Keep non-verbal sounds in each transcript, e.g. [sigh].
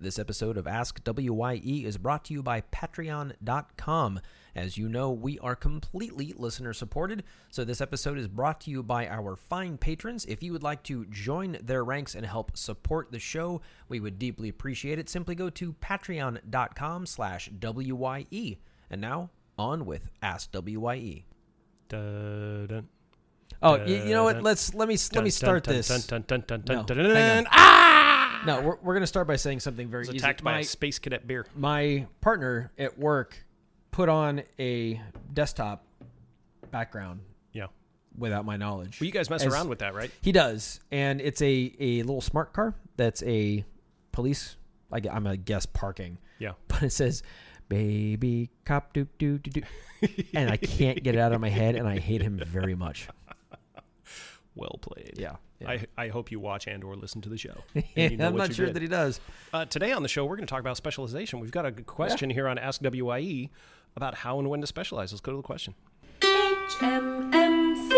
This episode of Ask WYE is brought to you by Patreon.com. As you know, we are completely listener supported, so this episode is brought to you by our fine patrons. If you would like to join their ranks and help support the show, we would deeply appreciate it. Simply go to patreon.com slash WYE. And now, on with Ask WYE. Dun, dun, Oh, you, you know what? Dun, Let's let me let Uh, dun, me start dun, this. Dun, dun, dun, dun, dun, No, dun, hang dun. on. Ah! No, we're, we're going to start by saying something very I was easy. attacked by My- a space cadet beer. my partner at work put on a desktop background Yeah. without my knowledge. Well, you guys mess As- around with that, right? He does, and it's a a little smart car that's a police. Like I'm gonna guess parking, [laughs] Yeah. but it says "baby cop doo doo doo doo," and I can't get it out of my head, and I hate him very much. Well played. Yeah, yeah. I, I hope you watch and or listen to the show. [laughs] [laughs] and you know I'm what not you sure did. that he does. Uh, today on the show, we're going to talk about specialization. We've got a good question here on Ask WIE about how and when to specialize. Let's go to the question. HMMC.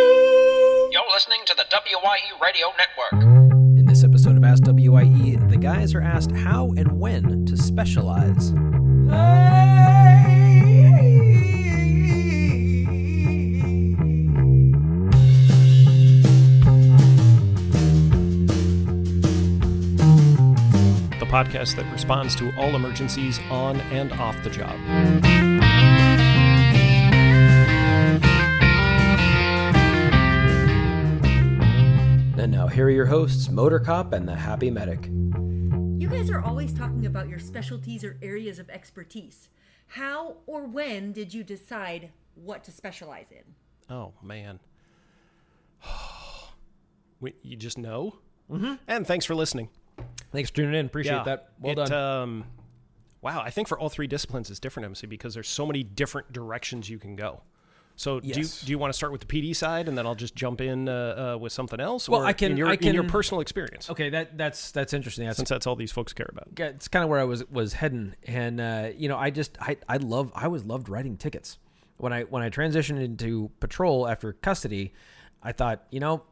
You're listening to the WYE Radio Network. In this episode of Ask WIE, the guys are asked how and when to specialize. the podcast that responds to all emergencies on and off the job. And now, here are your hosts, Motor Cop and the Happy Medic. You guys are always talking about your specialties or areas of expertise. How or when did you decide what to specialize in? Oh man. we, you just know. Mm-hmm. And thanks for listening. Thanks for tuning in. Appreciate that. Well It, done. Um, wow, I think for all three disciplines it's different, MC, because there's so many different directions you can go. So do you, Yes. do you want to start with the PD side, and then I'll just jump in uh, uh, with something else? Well, or I can- in your, I in your can- personal experience, okay, that that's that's interesting. That's since that's all these folks care about. it's kind of where I was was heading, and uh, you know, I just I I love I always loved writing tickets. When I when I transitioned into patrol after custody, I thought you know.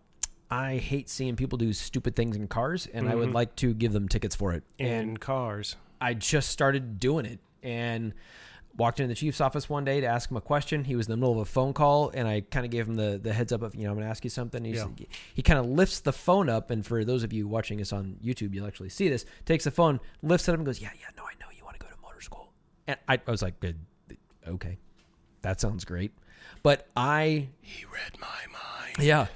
I hate seeing people do stupid things in cars, and I would like to give them tickets for it. And cars. I just started doing it and walked into the chief's office one day to ask him a question. He was in the middle of a phone call and I kind of gave him the, the heads up of, you know, I'm going to ask you something. He's, He kind of lifts the phone up. And for those of you watching us on YouTube, you'll actually see this. Takes the phone, lifts it up and goes, yeah, yeah, no, I know you want to go to motor school. And I, I was like, "Good, okay, that sounds great. But I He read my mind. yeah.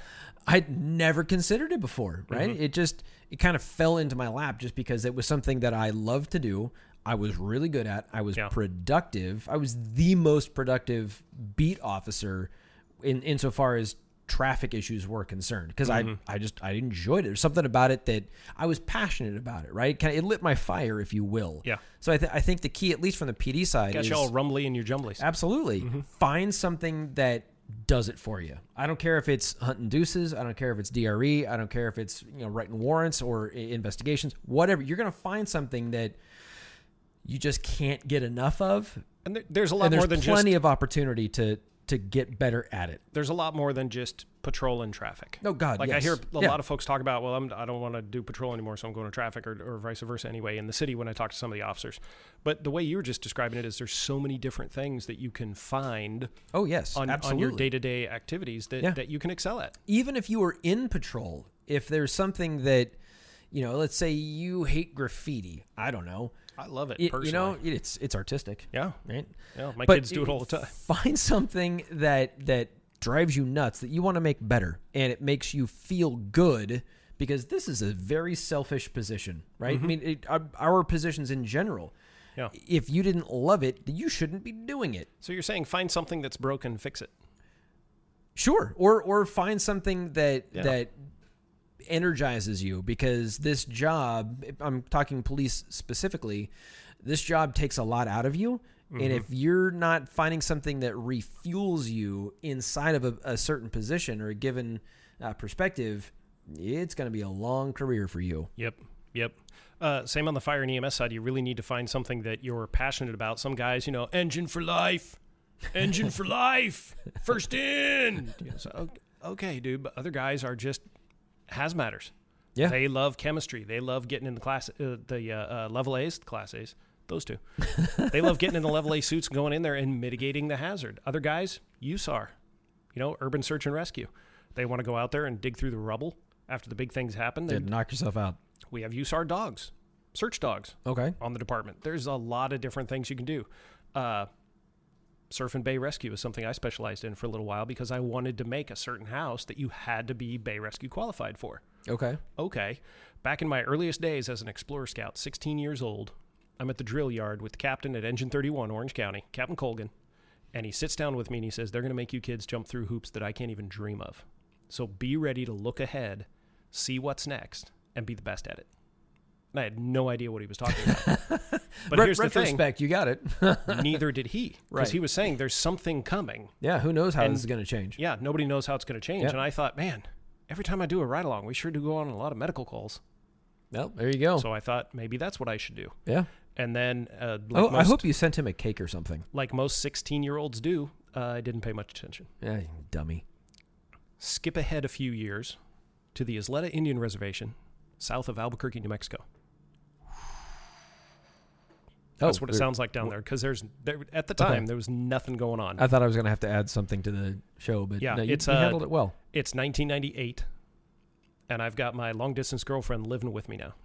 I'd never considered it before, right? Mm-hmm. It just it kind of fell into my lap just because it was something that I loved to do. I was really good at. I was Yeah. productive. I was the most productive beat officer in insofar as traffic issues were concerned because Mm-hmm. I I just I enjoyed it. There's something about it that I was passionate about it, right? Kind of, it lit my fire, if you will. Yeah. So I, th- I think the key, at least from the PD side, Got is you all rumbly in your jumblies. Absolutely. Mm-hmm. Find something that does it for you. I don't care if it's hunting deuces. I don't care if it's DRE. I don't care if it's you know writing warrants or i- investigations. Whatever. You're gonna find something that you just can't get enough of. And there, there's a lot And there's more than just plenty of opportunity to to get better at it. there's a lot more than just patrol and traffic. Oh, God, Like I yes. hear a Yeah. lot of folks talk about, well, I'm, I don't want to do patrol anymore, so I'm going to traffic, or, or vice versa. Anyway, in the city, when I talk to some of the officers, but the way you were just describing it is there's so many different things that you can find Oh yes, on, on absolutely. your day to day activities that, Yeah. that you can excel at. even if you were in patrol, if there's something that you know, let's say you hate graffiti. I don't know. I love it. Y- personally. you know, it's it's artistic. yeah, Right. yeah. My But kids do it all the [laughs] time. Find something that that drives you nuts that you want to make better and it makes you feel good because this is a very selfish position, right? Mm-hmm. I mean, it, our, our positions in general. Yeah. If you didn't love it, then you shouldn't be doing it. So you're saying find something that's broken, fix it. Sure. Or or find something that Yeah. that energizes you because this job I'm talking police specifically, this job takes a lot out of you. Mm-hmm. And if you're not finding something that refuels you inside of a, a certain position or a given uh, perspective, it's going to be a long career for you. Yep. Yep. Uh, same on the fire and EMS side. You really need to find something that you're passionate about. Some guys, you know, engine for life, engine for life, first in. You know, so, o- okay, dude. But other guys are just hazmaters. Yeah. They love chemistry. They love getting in the class, uh, the uh, uh, level A's, class A's. Those two. they love getting in the level A suits, and going in there and mitigating the hazard. Other guys, USAR, you know, urban search and rescue. They want to go out there and dig through the rubble after the big things happen. They- Dude, knock yourself out. we have USAR dogs, search dogs Okay. on the department. There's a lot of different things you can do. Uh, surf and bay rescue is something I specialized in for a little while because I wanted to make a certain house that you had to be bay rescue qualified for. Okay. Okay, back in my earliest days as an explorer scout, 16 years old, I'm at the drill yard with the captain at Engine 31, Orange County, Captain Colgan, and he sits down with me and he says, They're going to make you kids jump through hoops that I can't even dream of. So be ready to look ahead, see what's next, and be the best at it. And I had no idea what he was talking about. [laughs] but Re- here's the thing retrospect, you got it. [laughs] neither did he. Because Right. he was saying there's something coming. yeah. Who knows how And- this is going to change? Yeah, nobody knows how it's going to change. Yep. And I thought, man, every time I do a ride along, we sure do go on a lot of medical calls. Well, there you go. So I thought maybe that's what I should do. yeah. And then, uh, like, Oh, I most, hope you sent him a cake or something. like most 16 year olds do, uh, I didn't pay much attention. Yeah, you dummy. Skip ahead a few years to the Isleta Indian Reservation, south of Albuquerque, New Mexico. That's Oh, what it there- sounds like down there. Because there's there, at the time there was nothing going on. I thought I was going to have to add something to the show, but Yeah, no, you, it's, you uh, handled it well. It's 1998, and I've got my long distance girlfriend living with me now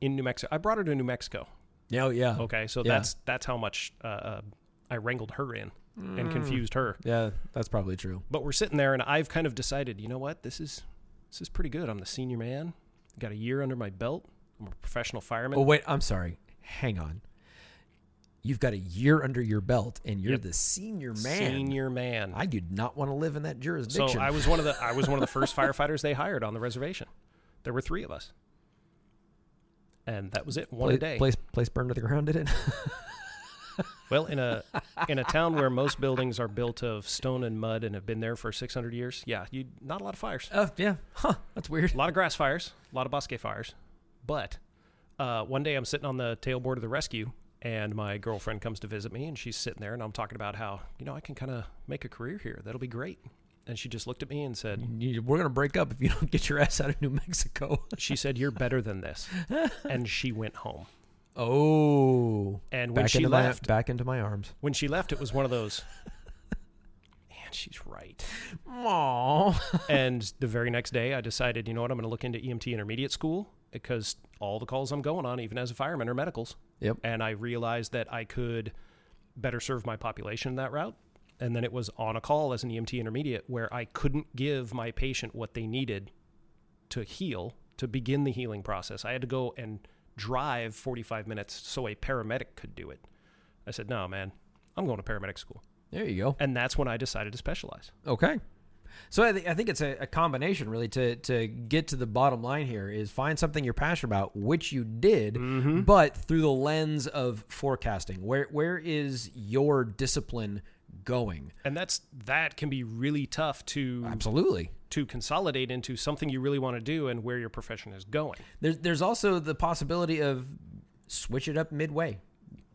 in New Mexico. I brought her to New Mexico. Yeah, Oh, yeah. Okay, so Yeah. that's that's how much uh, uh, I wrangled her in Mm. and confused her. Yeah, that's probably true. But we're sitting there, and I've kind of decided, you know what, this is this is pretty good. I'm the senior man. Got a year under my belt. I'm a professional fireman. Oh, wait, I'm sorry. Hang on. You've got a year under your belt, and you're Yep. the senior man. Senior man. I do not want to live in that so jurisdiction. I was one of the I was one of the first firefighters they hired on the reservation. There were three of us, and that was it. One Pla- a day. Place, place burned to the ground, did it? [laughs] Well, [laughs] in a in a town where most buildings are built of stone and mud and have been there for 600 years, yeah, you not a lot of fires. Oh, yeah. Huh. That's weird. A lot of grass fires, a lot of bosque fires. But uh, one day I'm sitting on the tailboard of the rescue, and my girlfriend comes to visit me, and she's sitting there, and I'm talking about how, you know, I can kind of make a career here. That'll be great. And she just looked at me and said, You- We're going to break up if you don't get your ass out of New Mexico. [laughs] She said, You're better than this. And she went home. Oh. And when back she into left, my, back into my arms. when she left, it was one of those, man, she's right. Aww. and the very next day i decided you know what i'm going to look into emt intermediate school because all the calls i'm going on even as a fireman are medicals [laughs] Yep. and i realized that i could better serve my population that route and then it was on a call as an emt intermediate where i couldn't give my patient what they needed to heal to begin the healing process i had to go and drive 45 minutes so a paramedic could do it i said no man i'm going to paramedic school There you go. and that's when i decided to specialize Okay. So I, th- I think it's a, a combination really to, to get to the bottom line here is find something you're passionate about, which you did, Mm-hmm. but through the lens of forecasting. Where where is your discipline going? and that's that can be really tough to Absolutely. to consolidate into something you really want to do and where your profession is going. There's there's also the possibility of switch it up midway,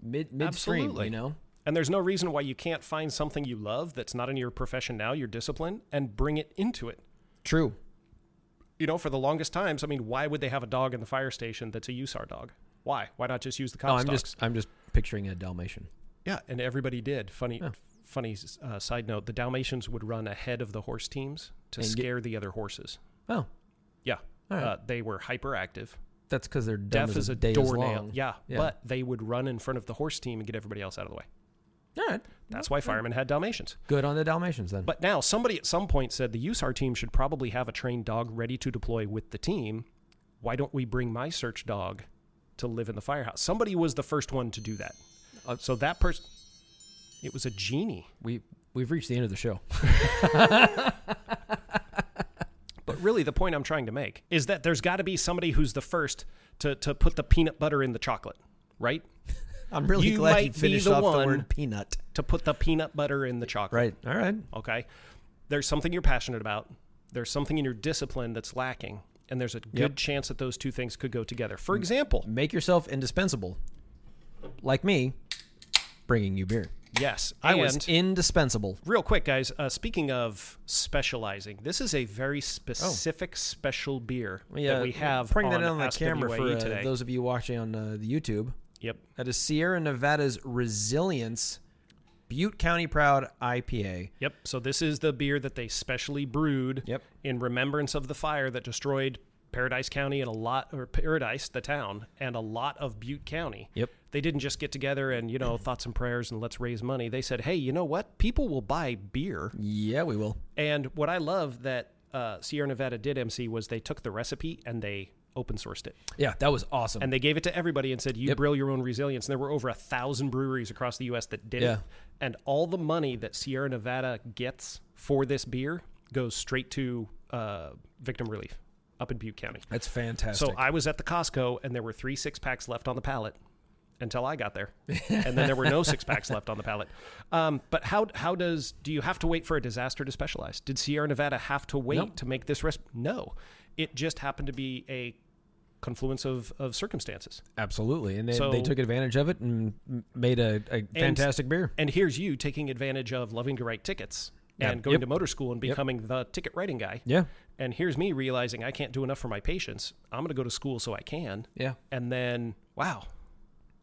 mid midstream. Absolutely. You know, And there's no reason why you can't find something you love that's not in your profession now, your discipline, and bring it into it. true. You know, for the longest times, I mean, why would they have a dog in the fire station that's a USAR dog? Why? Why not just use the No, cops Oh, I'm dogs? just uh, I'm just picturing a Dalmatian. Yeah, and everybody did. Funny, funny uh, side note: the Dalmatians would run ahead of the horse teams to And get- scare the other horses. Oh, Yeah, right. uh, they were hyperactive. that's because they're dumb Deaf as as a day Is doornail. long. Yeah, Yeah. but they would run in front of the horse team and get everybody else out of the way. All right. That's why firemen had Dalmatians. Good on the Dalmatians then. But now somebody at some point said the USAR team should probably have a trained dog ready to deploy with the team. Why don't we bring my search dog to live in the firehouse? Somebody was the first one to do that. Uh, so that person, it was a genie. we we've reached the end of the show. But really, the point I'm trying to make is that there's got to be somebody who's the first to, to put the peanut butter in the chocolate, right? [laughs] I'm really You glad you might be finished the off the one- word peanut. To put the peanut butter in the chocolate. Right. All right. okay? There's something you're passionate about. There's something in your discipline that's lacking, and there's a good Yep. chance that those two things could go together. For example, Make yourself indispensable. Like me, bringing you beer. Yes. I and was indispensable. real quick, guys, uh, speaking of specializing, this is a very specific special beer that we have Uh, Bring on that on the Ask camera WYE for uh, E today. those of you watching on uh, the YouTube. Yep. That is Sierra Nevada's Resilience Butte County Proud IPA. Yep. So this is the beer that they specially brewed Yep. in remembrance of the fire that destroyed Paradise County and a lot or Paradise the town and a lot of Butte County. Yep. They didn't just get together and, you know, thoughts and prayers and let's raise money. They said, "Hey, you know what? People will buy beer." Yeah, we will. And what I love that uh, Sierra Nevada did MC was they took the recipe and they open sourced it. Yeah, that was awesome. and they gave it to everybody and said, "You brew your own resilience." And there were over a thousand breweries across the U.S. that did Yeah. it, and all the money that Sierra Nevada gets for this beer goes straight to uh, victim relief up in Butte County. That's fantastic. So I was at the Costco, and there were three six packs left on the pallet until I got there, and then there were [laughs] no six packs left on the pallet. Um, but how how does do you have to wait for a disaster to specialize? Did Sierra Nevada have to wait to make this recipe? No, it just happened to be a confluence of, of circumstances. Absolutely. And they, So- they took advantage of it and m- made a, a fantastic beer. And here's you taking advantage of loving to write tickets and Yep. going Yep. to motor school and becoming the ticket writing guy. Yeah. And here's me realizing I can't do enough for my patients. I'm going to go to school so I can. Yeah. And then, wow,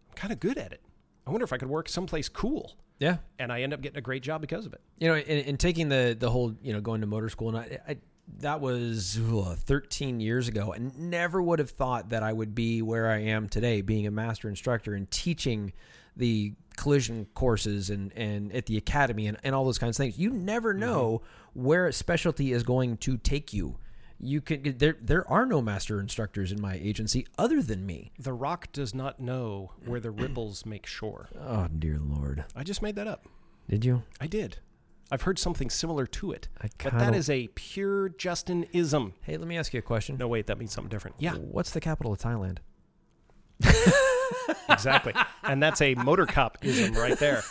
I'm kind of good at it. I wonder if I could work someplace cool. Yeah. And I end up getting a great job because of it. You know, and, and taking the, the whole, you know, going to motor school, and I, I that was ugh, 13 years ago, and never would have thought that I would be where I am today, being a master instructor and teaching the collision courses and, and at the academy and, and all those kinds of things. You never know where a specialty is going to take you. You could there there are no master instructors in my agency other than me. The rock does not know where [clears throat] the ripples make shore. Oh dear lord. I just made that up. Did you? I did. I've heard something similar to it. I But that kinda- is a pure Justin ism. Hey, let me ask you a question. No, wait, that means something different. Yeah. What's the capital of Thailand? exactly. And [laughs] that's a motor cop ism right there.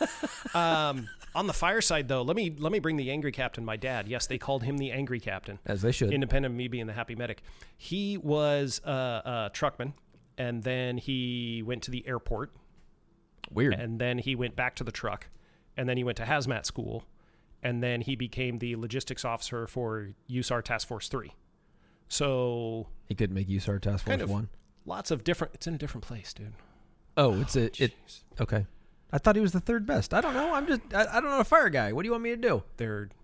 Um, on the fire side, though, let me let me bring the angry captain, my dad. Yes, they called him the angry captain, As they should. independent of me being the happy medic. He was uh, a truckman, and then he went to the airport, Weird. and then he went back to the truck, and then he went to hazmat school, and then he became the logistics officer for USAR Task Force Three. So he could make use of our task force Kind of. one. lots of different. It's in a different place, dude. Oh, it's a it. Okay. I thought he was the third best. I don't know. I'm just. I, I don't know. A fire guy. What do you want me to do? They're I,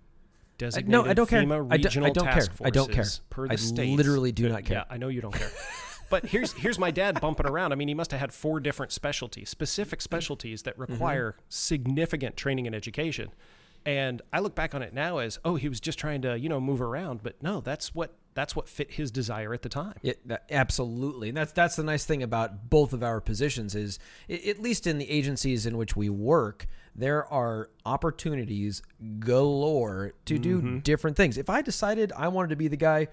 designated no, I don't care. FEMA I, do, regional I don't care. task I don't care. forces per the I states. literally do not care. Yeah, I know [laughs] you don't care. But here's here's my dad bumping around. I mean, he must have had four different specialties, specific specialties that Mm-hmm. require significant training and education. And I look back on it now as, oh, he was just trying to, you know, move around, but no, that's what that's what fit his desire at the time. Yeah, that, absolutely, and that's that's the nice thing about both of our positions is, i- at least in the agencies in which we work, there are opportunities galore to do different things. If I decided I wanted to be the guy,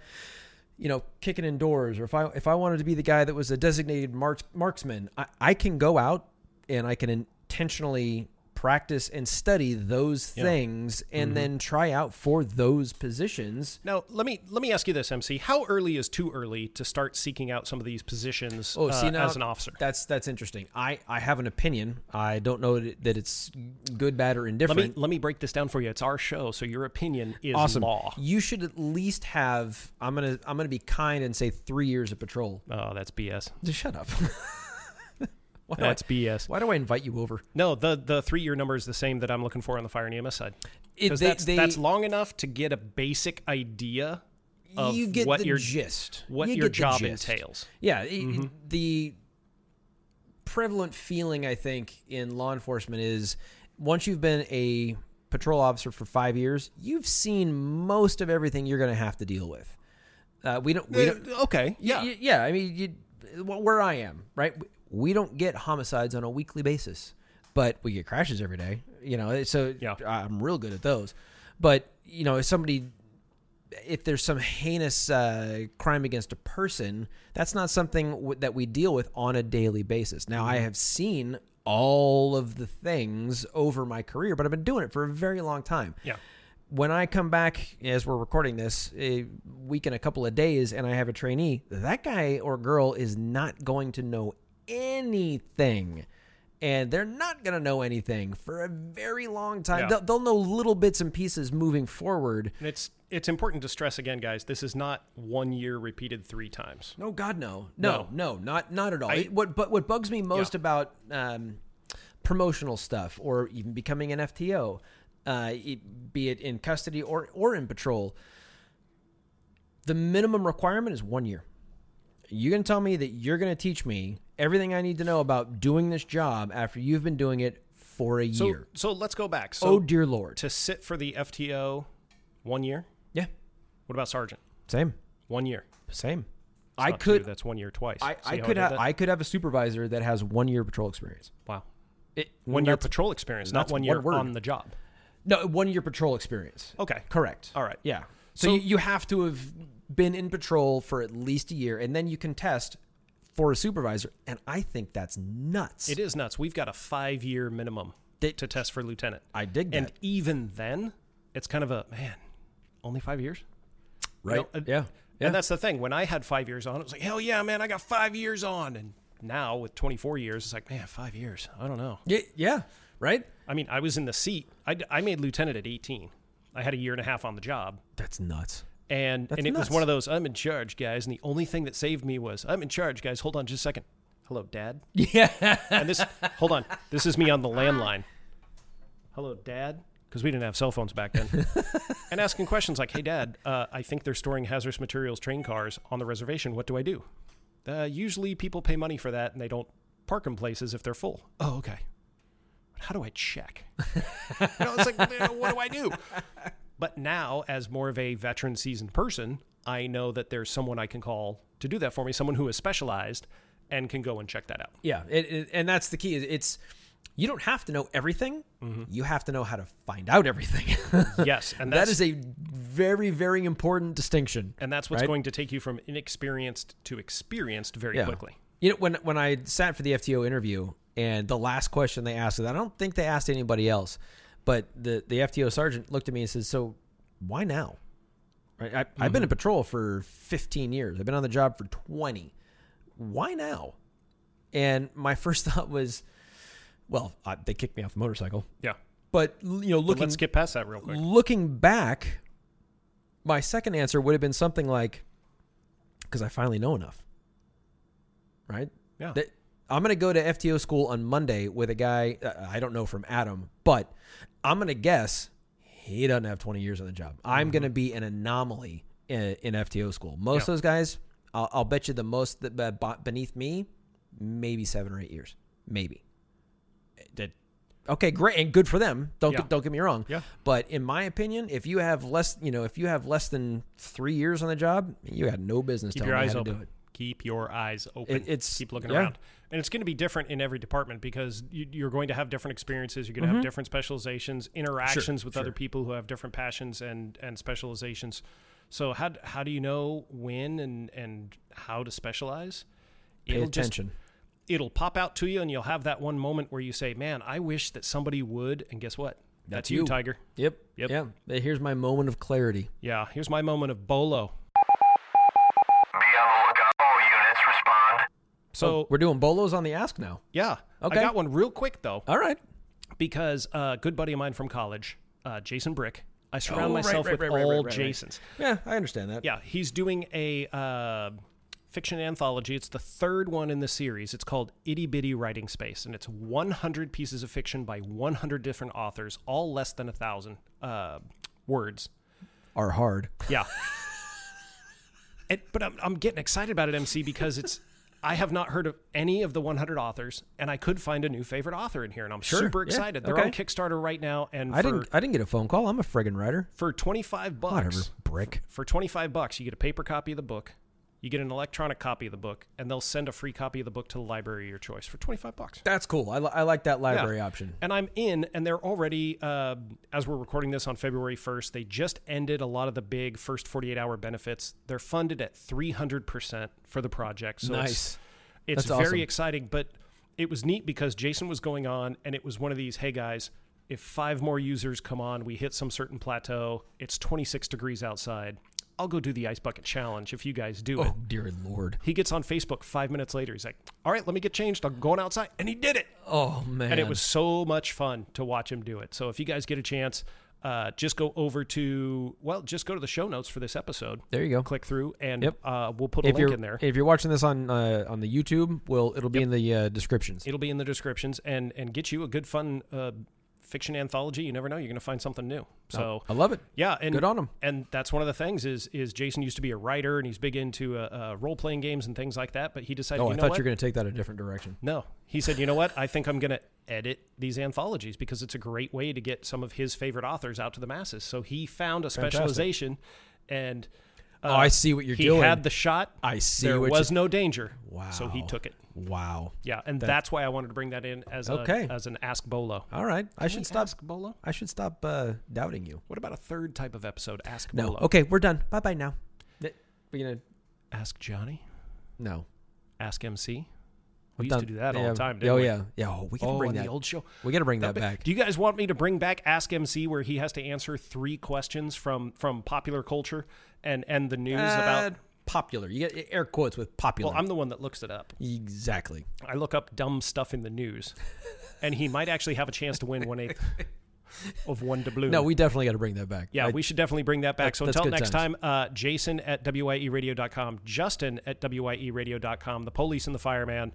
you know, kicking indoors, or if I if I wanted to be the guy that was a designated marks, marksman, I, I can go out and I can intentionally practice and study those things, and then try out for those positions. Now, let me let me ask you this, MC. How early is too early to start seeking out some of these positions Oh, uh, see now as an officer? That's that's interesting. I I have an opinion. I don't know that that it's good, bad, or Let me indifferent. let me break this down for you. It's our show, so your opinion is awesome. law. You should at least have. I'm gonna I'm gonna be kind and say three years of patrol. Oh, that's BS. Just shut up. [laughs] why, do I, That's BS. why do I invite you over? No, the the three year number is the same that I'm looking for on the fire and EMS side. It- Because they- that's, they- that's long enough to get a basic idea of you get what the your gist. what You your get the job gist. entails. Yeah, i- i- the prevalent feeling I think in law enforcement is once you've been a patrol officer for five years, you've seen most of everything you're going to have to deal with. Uh, we Eh, don't. We don't okay, yeah, Y- y- yeah. I mean, you, wh- where I am, right? We- We don't get homicides on a weekly basis, but we get crashes every day. You know, eh, so Yeah. I'm real good at those. But you know, if somebody, if there's some heinous uh, crime against a person, that's not something w- that we deal with on a daily basis. Now, Mm-hmm. I have seen all of the things over my career, but I've been doing it for a very long time yeah. when I come back as we're recording this a week and a couple of days and I have a trainee, that guy or girl is not going to know anything and they're not going to know anything for a very long time. Yeah. They'll, they'll know little bits and pieces moving forward. And it's it's important to stress again, guys. This is not one year repeated three times. No, God, no, no, no, not not at all. I- It- what but what bugs me most Yeah. about um, promotional stuff or even becoming an FTO, uh, it- be it in custody or or in patrol, the minimum requirement is one year. You're going to tell me that you're going to teach me everything I need to know about doing this job after you've been doing it for a So year. so let's go back. So oh dear lord. to sit for the FTO, one year. Yeah. What about sergeant? Same. One year. Same. It's I not true. could That's one year twice. I, See I how could did have that? I could have a supervisor that has one year patrol experience. wow. It, One year that's- patrol experience, not that's one year one word. on the job. No, one year patrol experience. Okay. Correct. All right. Yeah. So, So- you, you have to have been in patrol for at least a year, and then you can test for a supervisor. And I think that's nuts. It is nuts. We've got a five year minimum They- to test for lieutenant. I dig that. And even then, it's kind of a man, only five years? You know, and- yeah. Yeah. And that's the thing. When I had five years on, it was like, hell yeah, man, I got five years on. And now with 24 years, it's like, man, five years. I don't know. yeah. Yeah. Right. I mean, I was in the seat. I, d- I made lieutenant at 18. I had a year and a half on the job. That's nuts. And, That's and it nuts. was one of those, I'm in charge, guys. And the only thing that saved me was, I'm in charge, guys. Hold on just a second. Hello, dad. [laughs] Yeah. And this, hold on. This is me on the landline. Hello, Dad. Because we didn't have cell phones [laughs] back then. and asking questions like, hey, Dad, uh, I think they're storing hazardous materials, train cars on the reservation. What do I do? Uh, usually people pay money for that and they don't park in places if they're full. Oh, okay. But how do I check? [laughs] you know, it's like, "Man, what do I do? But now, as more of a veteran seasoned person, I know that there's someone I can call to do that for me, someone who is specialized and can go and check [laughs] that out. Yeah. It, it, and that's the key. It's you don't have to know everything. Mm-hmm. You have to know how to find out everything. [laughs] Yes, and that that's, is a very very important distinction. and that's what's right? going to take you from inexperienced to experienced very quickly. You know, when when I sat for the FTO interview, and the last question they asked, and I don't think they asked anybody else, but the the FTO sergeant looked at me and says, "So, why now?" Right? I, I've Mm-hmm. been in patrol for 15 years. I've been on the job for 20. Why now? And my [laughs] first thought was, well, uh, they kicked me off the motorcycle. Yeah. But l- you know, But looking let's get past that real quick. looking back, my second answer would have been something like, "Because I finally know enough." Right? Yeah. That- I'm going to go to FTO school on Monday with a guy uh, I don't know from Adam, but I'm going to guess he doesn't have 20 years on the job. I'm going to be an anomaly in, in FTO school. Most of Mm-hmm. Yeah. those guys, I'll, I'll bet you the most that uh, bo- beneath me, maybe seven or eight years, maybe. That- okay, great and good for them. Don't Yeah. get, don't get me wrong. Yeah. But in my opinion, if you have less, you know, if you have less than three years on the job, you had no business Keep telling your me eyes how to do open. it. Keep your eyes open. It- it's- keep looking yeah. around, and it's going to be different in every department because you, you're going to have different experiences. You're going to Mm-hmm. have different specializations, interactions with other people who have different passions and and specializations. So how d- how do you know when and and how to specialize? Pay It'll just attention. it'll pop out to you and you'll have that one moment where you say, "Man, I wish that somebody would." And guess what? That's, you, you. Tiger. Yep. Yep. Yeah. Hey, Here's my moment of clarity. Yeah, here's my moment of Oh, bolo. Be on the lookout. All units respond. So We're doing bolos on the ask now. yeah, Okay. I got one real quick though All right. because a good buddy of mine from college, uh, Jason Brick. I Oh, surround right, myself right, with right, right, all right, right, right. Jasons. Yeah, I understand that. Yeah, he's doing a uh, fiction anthology. It's the third one in the series. It's called Itty Bitty Writing Space, and it's 100 pieces of fiction by 100 different authors, all less than a thousand uh, words. Are hard. Yeah. And but I'm, I'm getting excited about it, MC, because it's I have not heard of any of the 100 authors, and I could find a new favorite author in here, and I'm super yeah, excited. They're on okay. Kickstarter right now, and I for, didn't. I didn't get a phone call. I'm a friggin' writer. for 25 bucks, Whatever. Brick. for 25 bucks, you get a paper copy of the book, you get an electronic copy of the book, and they'll send a free copy of the book to the library of your choice for 25 bucks. That's cool. I, li- I like that library Yeah. option. And I'm in, and they're already, uh, as we're recording this on February 1st, they just ended a lot of the big first 48 hour benefits. They're funded at 300% for the project. So Nice. It's, it's That's awesome. very exciting, but it was neat because Jason was going on, and it was one of these hey, guys, if five more users come on, we hit some certain plateau, it's 26 degrees outside. I'll go do the ice bucket challenge if you guys Oh. do it. dear lord. He gets on Facebook five minutes later. He's like, "All right, let me get changed. I'm going outside," and he did it. Oh man, and it was so much fun to watch him do it. So if you guys get a chance, uh, just go over to well, just go to the show notes for this episode. There you go. Click through, and Yep. uh, we'll put a if link you're in there. if you're watching this on uh, on the YouTube, well, it'll be in the uh, descriptions. It'll be in the descriptions, and and get you a good fun uh, fiction anthology. You never know, you're going to find something new. So Oh, I love it. Yeah, and Good on 'em. And that's one of the things is is Jason used to be a writer, and he's big into uh, uh, role playing games and things like that. But he decided, Oh, you I know thought what? you were going to take that a different direction. No. He said, you know what? I think I'm going to edit these anthologies because it's a great way to get some of his favorite authors out to the masses. So he found a specialization and. Uh, Oh, I see what you're he doing. had the shot. I see There what you- was no danger. Wow. So he took it. Wow. Yeah, and that's why I wanted to bring that in as a, Okay. as an ask bolo. All right, I Can we should stop. Ask bolo. I should stop uh, doubting you. What about a third type of episode? Ask No. bolo. Okay, we're done. Bye bye now. We're gonna Ask Johnny. no. Ask MC. We We're used done. to do that all Yeah. the time. Didn't Oh we? yeah, yeah. Oh, we gotta Oh, bring on that. the old show. we gotta bring that, But back. Do you guys want me to bring back Ask MC, where he has to answer three questions from from popular culture and and the news about? Uh, popular. You get air quotes with popular. Well, I'm the one that looks it up. exactly. I look up dumb stuff in the news, and he might actually have a chance to win one eighth of one doubloon. No, we definitely got to bring that back. Yeah, I- we should definitely bring that back. That's- so that's until good next times. time, uh, Jason at E WIERadio.com, Justin at E WIERadio.com, the police and the fireman,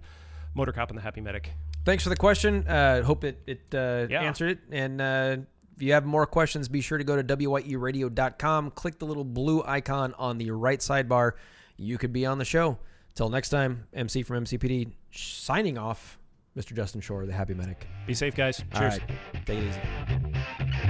motor cop and the happy medic. Thanks for the question. Uh, hope it it uh, Yeah. answered it. And uh, if you have more questions, be sure to E go to wyeradio.com. Click the little blue icon on the right sidebar. You could be on the show. Till next time, MC from MCPD signing off. Mr. Justin Shore, the Happy Medic. Be safe, guys. All Cheers. right, take it easy.